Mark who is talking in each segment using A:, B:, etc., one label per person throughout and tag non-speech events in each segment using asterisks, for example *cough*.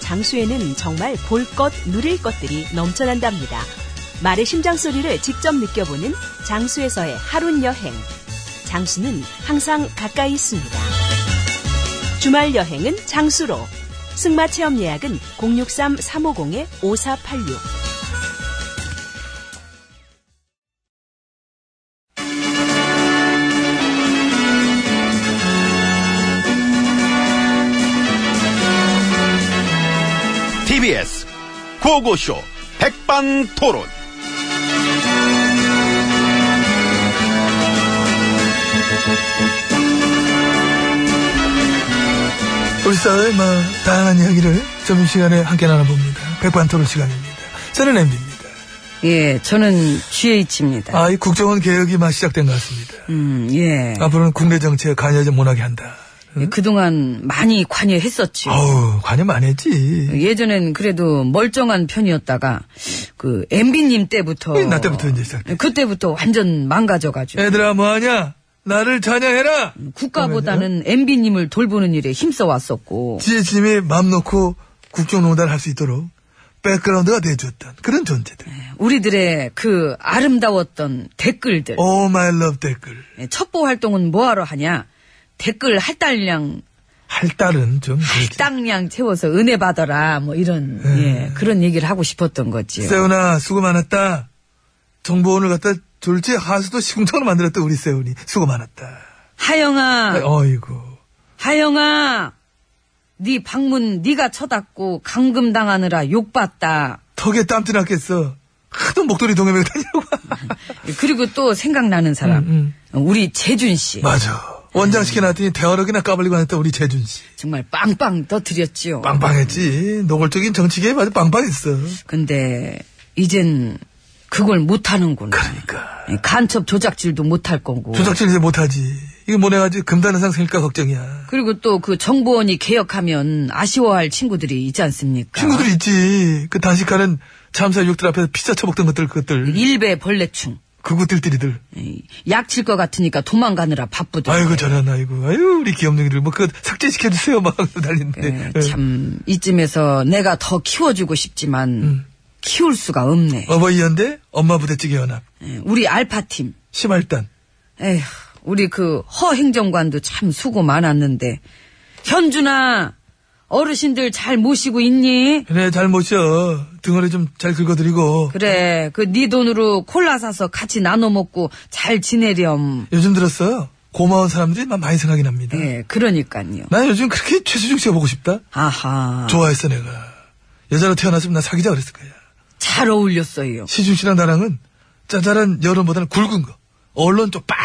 A: 장수에는 정말 볼 것, 누릴 것들이 넘쳐난답니다. 말의 심장 소리를 직접 느껴보는 장수에서의 하룬 여행. 장수는 항상 가까이 있습니다. 주말 여행은 장수로. 승마 체험 예약은 063-350-5486.
B: TBS 구호고쇼 백반토론.
C: 우리 사회의 막 다양한 이야기를 점심시간에 함께 나눠봅니다. 백반토론 시간입니다. 저는 MB입니다.
D: 예, 저는 GH입니다.
C: 아, 이 국정원 개혁이 막 시작된 것 같습니다.
D: 음, 예.
A: 아.
C: 앞으로는 국내 정치에 관여 좀 못하게 한다.
D: 예, 그동안 많이
C: 네.
D: 관여했었죠.
C: 어우, 관여 많이 했지.
D: 예전엔 그래도 멀쩡한 편이었다가 그 MB님 때부터
C: 예, 나 때부터 이제 네, 시작돼.
D: 그때부터 완전 망가져가지고
C: 얘들아, 뭐하냐? 나를 찬양해라!
D: 국가보다는 MB님을 돌보는 일에 힘써 왔었고
C: 지혜님이 마음 놓고 국정농단을 할 수 있도록 백그라운드가 돼줬던 그런 존재들.
D: 우리들의 그 아름다웠던 댓글들
C: 오 마이 러브 Oh 댓글.
D: 예, 첩보 활동은 뭐하러 하냐 댓글 할당량
C: 할딸은 좀. 음, 그렇지.
D: 할당량 채워서 은혜 받아라 뭐 이런
C: 네.
D: 예, 그런 얘기를 하고 싶었던 거지요.
C: 세훈아 수고 많았다. 정보원을 갖다 졸지 하수도 시궁창으로 만들었다 우리 세훈이 수고 많았다.
D: 하영아
C: 네, 어이구
D: 하영아, 네 방문 네가 쳐닫고 감금 당하느라 욕 봤다.
C: 턱에 땀띠 났겠어. 하도 목도리 동해매고
D: *laughs*
C: 다니고.
D: 그리고 또 생각나는 사람,
C: 음,
D: 우리 재준 씨
C: 맞아. 원장 시켜놨더니 대화력이나 까발리고 안 했다 우리 재준 씨.
D: 정말 빵빵 떠드렸지요.
C: 빵빵했지. 노골적인 정치계에 아주 빵빵했어.
D: 근데 이젠 그걸 못 하는구나. 예,
C: 그러니까.
D: 간첩 조작질도 못 할 거고.
C: 조작질 이제 못하지. 이거 뭐내가지고 금단현상 생길까 걱정이야.
D: 그리고 또 그 정보원이 개혁하면 아쉬워할 친구들이 있지 않습니까?
C: 친구들 있지. 그 단식하는 참사 육들 앞에서 피자 처먹던 것들 그것들.
D: 일베 벌레충. 예,
C: 그것들들이들.
D: 약칠 것 같으니까 도망가느라 바쁘더라.
C: 아이고 잘한 아이고 아유 우리 기업능이들 뭐 그거 삭제시켜 주세요 막 *laughs* 달리는데
D: 예, 참 이쯤에서 내가 더 키워주고 싶지만 키울 수가 없네.
C: 음. 어버이 연대 엄마 부대찌개 연합
D: 예, 우리 알파 팀,
C: 심할단
D: 에휴, 우리 그 허 행정관도 참 수고 많았는데 현준아 어르신들 잘 모시고 있니?
C: 그래 네, 잘 모셔 등어리 좀 잘 긁어드리고
D: 그래, 그 네 돈으로 콜라 사서 같이 나눠 먹고 잘 지내렴.
C: 요즘 들었어요 고마운 사람들이 막 많이 생각이 납니다
D: 예, 그러니까요.
C: 난 요즘 그렇게 최수중 씨가 보고 싶다
D: 아하,
C: 좋아했어 내가 여자로 태어났으면 나 사귀자 그랬을 거야
D: 잘 어울렸어요.
C: 시중 씨랑 나랑은 짜잘한 여론보다는 굵은 거 언론 쪽빡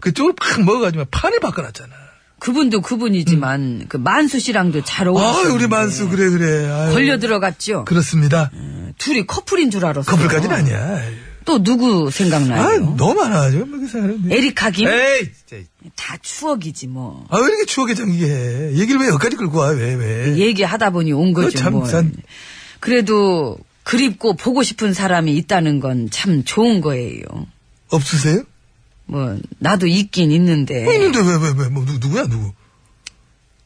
C: 그쪽을 팍 먹어가지고 판을 바꿔놨잖아
D: 그분도 그분이지만 그 만수 씨랑도 잘
C: 음. 아
D: 어울렸어요.
C: 우리 만수 그래 그래 아유.
D: 걸려 들어갔죠.
C: 그렇습니다
D: 예. 둘이 커플인 줄 알았어.
C: 커플까지는 아니야.
D: 또 누구 생각나요?
C: 아, 너무 많아. 지금 그 사람.
D: 에리카 김?
C: 에이, 진짜.
D: 다 추억이지 뭐.
C: 아, 왜 이렇게 추억에 잠기게 해? 얘기를 왜 여기까지 끌고 와, 왜, 왜?
D: 얘기하다 보니 온
C: 그
D: 거죠
C: 참,
D: 뭐.
C: 산-
D: 그래도 그립고 보고 싶은 사람이 있다는 건 참 좋은 거예요.
C: 없으세요?
D: 뭐 나도 있긴 있는데
C: 있는데 왜, 왜, 왜? 뭐, 누, 누구야, 누구?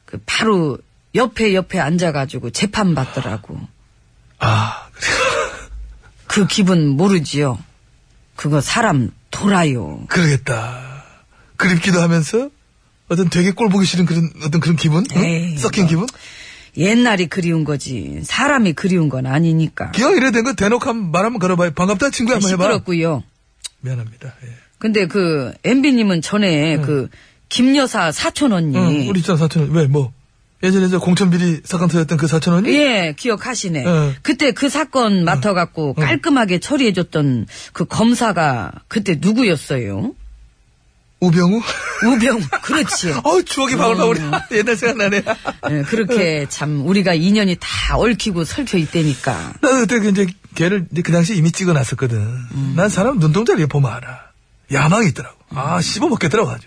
D: 그 바로 옆에 옆에 앉아가지고 재판 받더라고.
C: 아, 그래. *laughs*
D: 그 기분 모르지요. 그거 사람 돌아요.
C: 그러겠다. 그립기도 하면서 어떤 되게 꼴 보기 싫은 그런, 어떤 그런 기분? 응?
D: 에이,
C: 섞인
D: 뭐.
C: 기분?
D: 옛날이 그리운 거지 사람이 그리운 건 아니니까.
C: 기왕 이래 된 거 대놓고 한번 말 한번 걸어봐요. 반갑다 친구야 한번 해봐.
D: 시끄럽고요.
C: 미안합니다. 예.
D: 근데 그 엠비님은 전에 그 김여사 사촌 언니
C: 응, 우리 있잖아 사촌 언니. 왜 뭐? 예전에 저 공천 비리 사건 터졌던 그 사촌 언니?
D: 예, 기억하시네.
C: 예.
D: 그때 그 사건
C: 어.
D: 맡아갖고 깔끔하게 처리해줬던 그 검사가 그때 누구였어요?
C: 우병우? *laughs*
D: 우병, 그렇지.
C: 어 추억이 바글바글. *laughs* 옛날 생각나네.
D: 예,
C: 어.
D: 그렇게 참 우리가 인연이 다 얽히고 설켜 있다니까.
C: 나 그때 그 이제 걔를 이제 그 당시 이미 찍어놨었거든.
D: 음.
C: 난 사람 눈동자를 보면 알아. 야망이 있더라고.
D: 음.
C: 아 씹어 먹겠더라고 아주.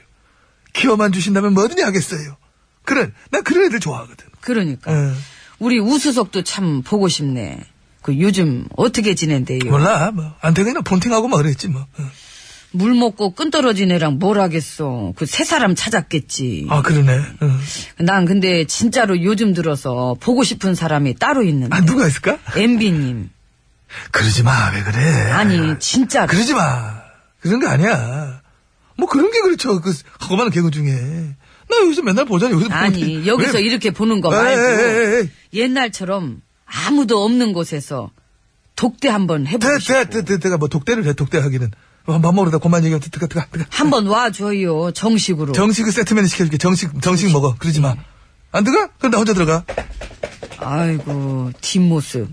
C: 기어만 주신다면 뭐든지 하겠어요. 그래, 난 그런 애들 좋아하거든.
D: 그러니까.
C: 예.
D: 우리 우수석도 참 보고 싶네. 그 요즘 어떻게 지낸대요?
C: 몰라, 뭐 안태근이나 폰팅하고 막 그랬지 뭐. 어.
D: 물 먹고 끈 떨어진 애랑 뭘 하겠어. 그 새 사람 찾았겠지.
C: 아 그러네. 어.
D: 난 근데 진짜로 요즘 들어서 보고 싶은 사람이 따로 있는데.
C: 아 누가 있을까?
D: MB님.
C: 그러지 마, 왜 그래?
D: 아니, 진짜로.
C: 그러지 마. 그런 거 아니야. 뭐 그런 게 그렇죠. 그 하고만 개그 중에. 나 여기서 맨날 보잖아. 여기서 보면
D: 아니, 여기서
C: *laughs* 왜-
D: 이렇게 보는 거
C: 에이, 에이, 에이,
D: 말고.
C: 에이.
D: 옛날처럼 아무도 없는 곳에서 독대 한번 해보고
C: 대, 대,
D: 싶어.
C: 대, 대, 대가 뭐 독대를 해, 독대하기는. 어, 밥 먹으러 다 그만 얘기하면 뜨가, 뜨가, 뜨가.
D: 한번 와줘요, 정식으로.
C: 어. 정식을 세트맨이 시켜줄게. 정식, 정식 먹어. 그러지 마. 안 들어가? 그럼 나 혼자 들어가.
D: 아이고, 뒷모습.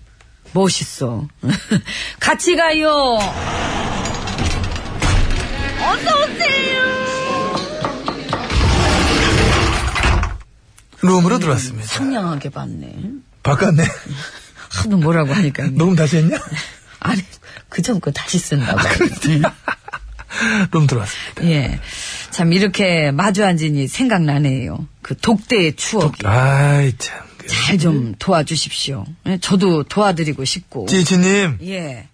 D: 멋있어. *laughs* 같이 가요.
C: 룸으로 들어왔습니다.
D: 상냥하게 봤네.
C: 바꿨네. *laughs*
D: 하도 뭐라고 하니까.
C: 녹음 다시 했냐? *laughs*
D: 아니, 그전 거 다시 쓴다고.
C: 아, 룸 들어왔습니다.
D: 예. 참, 이렇게 마주 앉으니 생각나네요. 그 독대의 추억.
C: 아이, 참. 그
D: 잘 좀 도와주십시오. 예, 저도 도와드리고 싶고.
C: 지희치님,
D: 예.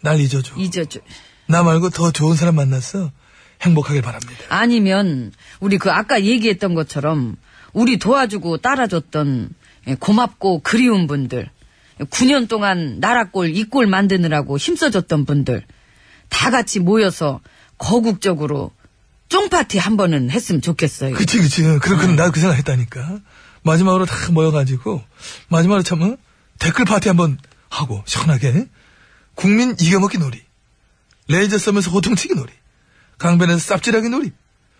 C: 날 잊어줘.
D: 잊어줘.
C: 나 말고 더 좋은 사람 만났어. 행복하길 바랍니다.
D: 아니면, 우리 그 아까 얘기했던 것처럼, 우리 도와주고 따라줬던 예, 고맙고 그리운 분들, 9년 동안 나라꼴, 이꼴 만드느라고 힘써줬던 분들, 다 같이 모여서 거국적으로 쫑파티 한 번은 했으면 좋겠어요.
C: 그치, 그치. 그럼, 그럼 나그 생각 했다니까. 마지막으로 다 모여가지고, 마지막으로 참, 어? 댓글 파티 한번 하고, 시원하게. 국민 이겨먹기 놀이. 레이저 쏘면서 호통치기 놀이. 강변에서 쌉질하기 놀이.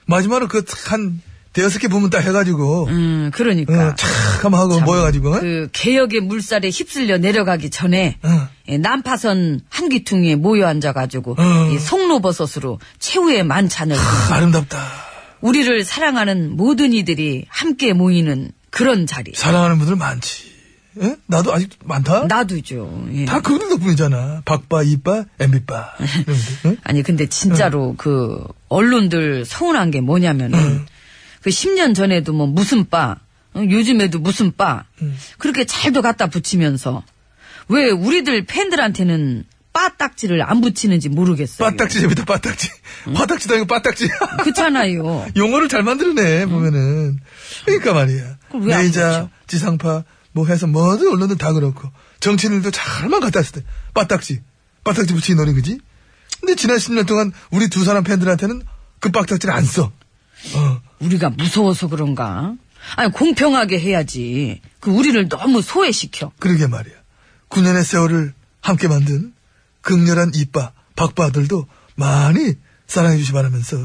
C: 마지막으로 그 한 대여섯 개 부문 딱 해가지고,
D: 음, 그러니까.
C: 어, 착 한번 하고 모여가지고, 어?
D: 그 개혁의 물살에 휩쓸려 내려가기 전에
C: 어.
D: 예, 난파선 한기퉁이에 모여 앉아가지고
C: 어.
D: 이 송로버섯으로 최후의 만찬을
C: 크, 아름답다.
D: 우리를 사랑하는 모든 이들이 함께 모이는 그런 자리
C: 사랑하는 분들 많지. 예? 나도 아직 많다?
D: 나두죠. 예.
C: 다 그분들 덕분이잖아. 박바, 이바, 엠비바. 이런
D: 아니 근데 진짜로
C: 음.
D: 그 언론들 서운한 게 뭐냐면은 그 10년 전에도 뭐 무슨 바 어, 요즘에도 무슨 바
C: 음.
D: 그렇게 잘도 갖다 붙이면서 왜 우리들 팬들한테는 바 딱지를 안 붙이는지 모르겠어요.
C: 빠딱지 재밌다, *laughs* 빠딱지. 바닥지도 아니고 빠딱지.
D: 그렇잖아요.
C: 용어를 잘 만들어내 보면은 그러니까 말이야
D: 음. 그럼 왜안
C: 레이자
D: 그렇죠?
C: 지상파 뭐 해서 모든 언론들 다 그렇고 정치인들도 잘만 갖다 쓸 때 빠딱지 빠딱지 붙이기 노린 거지 근데 지난 10년 동안 우리 두 사람 팬들한테는 그 빠딱지를 안써 어.
D: 우리가 무서워서 그런가? 아니 공평하게 해야지. 그 우리를 너무 소외시켜.
C: 그러게 말이야 9년의 세월을 함께 만든 극렬한 이빠 박바들도 많이 사랑해 주시 바라면서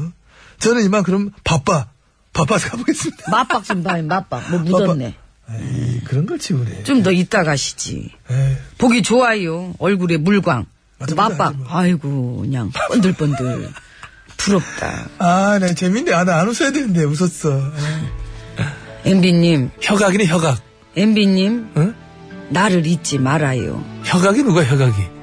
C: 저는 이만 그럼 바빠 바빠서 가보겠습니다
D: 맛박 좀 봐요. 맛박. 뭐 묻었네.
C: 바빠. 에이, 그런 걸 지우래
D: 좀 더 이따 가시지.
C: 에이.
D: 보기 좋아요. 얼굴에 물광.
C: 맞아, 맞아,
D: 맛박.
C: 맞아.
D: 아이고 그냥 번들번들. 부럽다.
C: 아, 나 재밌네. 아, 나 안 웃어야 되는데, 웃었어.
D: 엠비님,
C: 혀각이네, 혀각.
D: 엠비님.
C: 응?
D: 나를 잊지 말아요.
C: 혀각이 누가 혀각이? *laughs*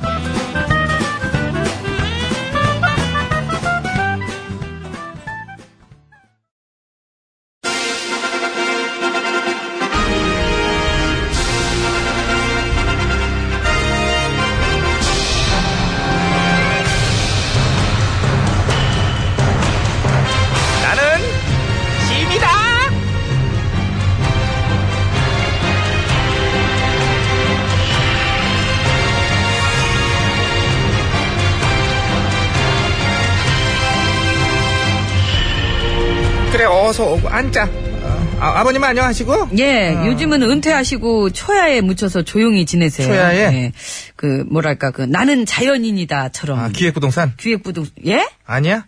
E: 나는 짐이다. 그래 어서 오고 앉자. 어, 아, 아버님 안녕하시고.
D: 예, 요즘은 은퇴하시고 초야에 묻혀서 조용히 지내세요.
E: 초야에?
D: 예, 그 뭐랄까 그 나는 자연인이다처럼
E: 아 기획부동산
D: 기획부동 예?
E: 아니야?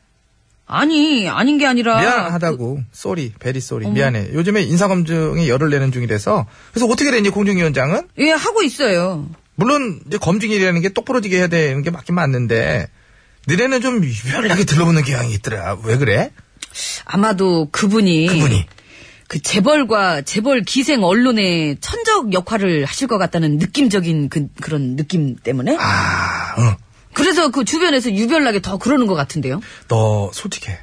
D: 아니 아닌 게 아니라
E: 미안하다고 쏘리 베리 쏘리 미안해 요즘에 인사검증에 열을 내는 중이라서 그래서 어떻게 됐니 공중위원장은
D: 그- 예 하고 있어요.
E: 물론 이제 검증이라는 게 똑부러지게 해야 되는 게 맞긴 맞는데 너네는 좀 유별나게 들러보는 경향이 있더라 왜 그래?
D: 아마도 그분이
E: 그분이
D: 그 재벌과 재벌 기생 언론의 천적 역할을 하실 것 같다는 느낌적인 그, 그런 느낌 때문에
E: 아, 응.
D: 그래서 그 주변에서 유별나게 더 그러는 것 같은데요. *laughs*
E: 너 솔직해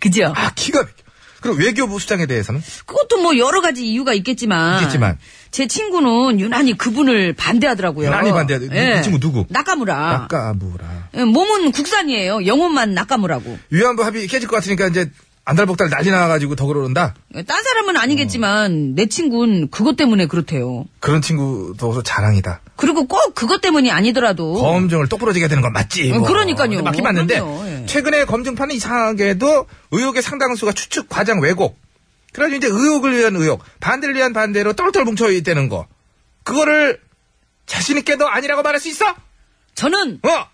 D: 그죠?
E: 아 기가 막혀 그리고 외교부 수장에 대해서는
D: 그것도 뭐 여러 가지 이유가 있겠지만.
E: 있겠지만.
D: 제 친구는 유난히 그분을 반대하더라고요. 예.
E: 유난히 반대하더- 그 친구 누구?
D: 나카무라.
E: 아까 뭐라
D: 예, 몸은 국산이에요. 영혼만 나카무라고.
E: 위안부 합의 깨질 것 같으니까 이제 안달복달 난리 나가지고 더 그러는다
D: 예, 딴 사람은 아니겠지만
E: 어.
D: 내 친구는 그것 때문에 그렇대요.
E: 그런 친구도 자랑이다
D: 그리고 꼭 그것 때문이 아니더라도
E: 검증을 똑부러지게 해야 되는 건 맞지. 뭐.
D: 어, 그러니까요.
E: 근데 맞긴 맞는데
D: 그럼요, 예.
E: 최근에 검증판은 이상하게도 의혹의 상당수가 추측 과장 왜곡. 그래가지고 이제 의혹을 위한 의혹, 반대를 위한 반대로 똘똘 뭉쳐 있다는 거. 그거를 자신 있게도 아니라고 말할 수 있어?
D: 저는
E: 어?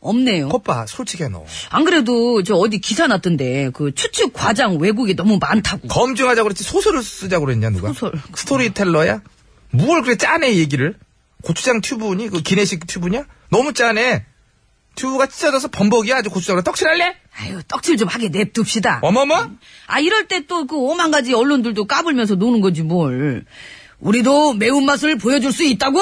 D: 없네요.
E: 오빠 솔직해 너.
D: 안 그래도 저 어디 기사 났던데 그 추측 과장 왜곡이 너무 많다고.
E: 검증하자고 그랬지 소설을 쓰자고 그랬냐 누가?
D: 소설.
E: 스토리텔러야? 뭘 그래 짜네 얘기를. 고추장 튜브니? 그 기내식 튜브냐? 너무 짜네. 튜브가 찢어져서 범벅이야. 아주 고추장으로 떡칠할래?
D: 아유 떡질 좀 하게 냅둡시다.
E: 어머머?
D: 아 이럴 때 또 그 오만 가지 언론들도 까불면서 노는 거지 뭘. 우리도 매운맛을 보여줄 수 있다고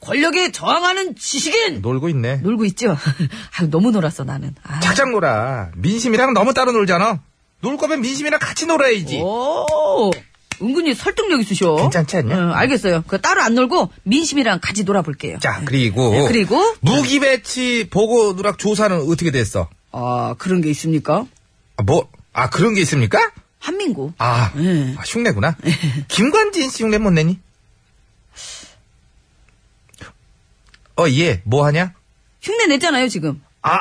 D: 권력에 저항하는 지식인
E: 놀고 있네.
D: 놀고 있죠. *laughs* 아유 너무 놀았어 나는. 아.
E: 작작 놀아. 민심이랑 너무 따로 놀잖아. 놀 거면 민심이랑 같이 놀아야지.
D: 오 은근히 설득력 있으셔.
E: 괜찮지 않냐?
D: 응, 알겠어요. 그 따로 안 놀고 민심이랑 같이 놀아볼게요.
E: 자, 그리고.
D: 네, 그리고?
E: 무기 배치 보고 누락 조사는 어떻게 됐어?
D: 아 그런 게 있습니까?
E: 아, 뭐, 아, 그런 게 있습니까?
D: 한민구.
E: 아,
D: 예.
E: 아, 흉내구나. 김관진 씨 흉내 못 내니? 어, 예, 뭐 하냐?
D: 흉내 냈잖아요 지금.
E: 아,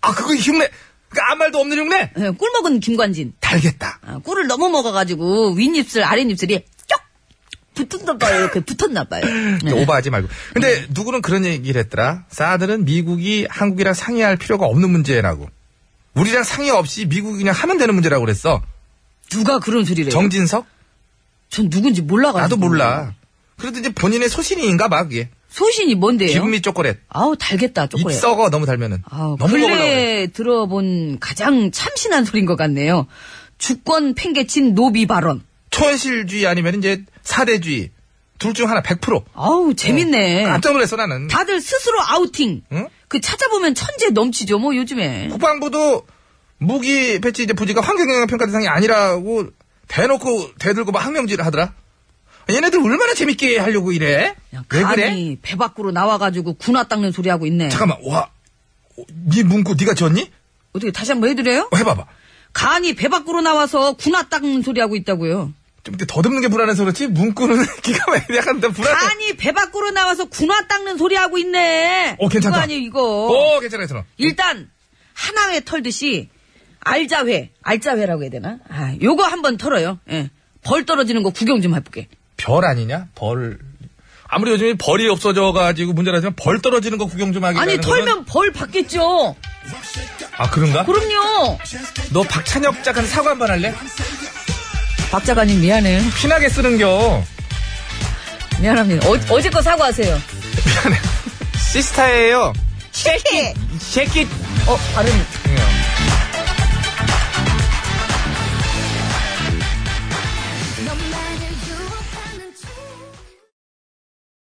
E: 아, 그거 흉내. 그, 아무 말도 없는 흉내?
D: 예, 꿀 먹은 김관진.
E: 달겠다.
D: 아, 꿀을 너무 먹어가지고 윗입술 아랫입술이 쩍 붙었나 봐요. 이렇게 붙었나 봐요. 예.
E: 오버하지 말고. 근데
D: 네.
E: 누구는 그런 얘기를 했더라. 사들은 미국이 한국이랑 상의할 필요가 없는 문제라고. 우리랑 상의 없이 미국이 그냥 하면 되는 문제라고 그랬어.
D: 누가 그런 소리를 해요?
E: 정진석?
D: 전 누군지 몰라가지고.
E: 나도 몰라.
D: 네.
E: 그래도 이제 본인의 소신인가 봐, 그게.
D: 소신이 뭔데요?
E: 기분이 초콜릿.
D: 아우, 달겠다,
E: 입
D: 초콜릿.
E: 썩어, 너무 달면은.
D: 아우,
E: 너무 먹으려고 그래.
D: 근래에 들어본 가장 참신한 소린 것 같네요. 주권 팽개친 노비 발언.
E: 초현실주의 아니면 이제 사대주의. 둘 중 하나 100%.
D: 아우, 재밌네.
E: 깜짝 놀랐어, 나는.
D: 다들 스스로 아우팅.
E: 응?
D: 그 찾아보면 천재 넘치죠, 뭐, 요즘에.
E: 국방부도 무기 배치 이제 부지가 환경영향평가 대상이 아니라고 대놓고 대들고 막 항명질을 하더라. 얘네들 얼마나 재밌게 하려고 이래?
D: 그냥
E: 왜 그래?
D: 감히 배 밖으로 나와가지고 군화 닦는 소리 하고 있네.
E: 잠깐만, 와, 어, 네 문구 네가 지었니?
D: 어떻게 다시 한번 해드려요?
E: 어, 해봐봐.
D: 간이 배 밖으로 나와서 군화 닦는 소리 하고 있다고요.
E: 좀 이렇게 더듬는 게 불안해서 그렇지 문구는 *laughs* 기가 막히게 약간 더 불안해.
D: 간이 배 밖으로 나와서 군화 닦는 소리 하고 있네.
E: 어, 괜찮다.
D: 이거 아니에요, 이거.
E: 오, 어, 괜찮아, 괜찮아.
D: 일단 하나회 털듯이 알자회, 알자회라고 해야 되나? 아, 요거 한번 털어요. 예. 벌 떨어지는 거 구경 좀 해볼게.
E: 별 아니냐? 벌. 아무리 요즘에 벌이 없어져가지고 문제라지만 벌 떨어지는 거 구경 좀 하게.
D: 아니 털면 벌 받겠죠.
E: 아 그런가?
D: 그럼요.
E: 너 박찬혁 작가는 사과 한 번 할래?
D: 박 작가님 미안해요.
E: 피나게 쓰는겨.
D: 미안합니다. 어, 어제 거 사과하세요.
E: 시스타예요.
D: 쉐키!
E: 쉐킷.
D: 어, 발음.
E: 예.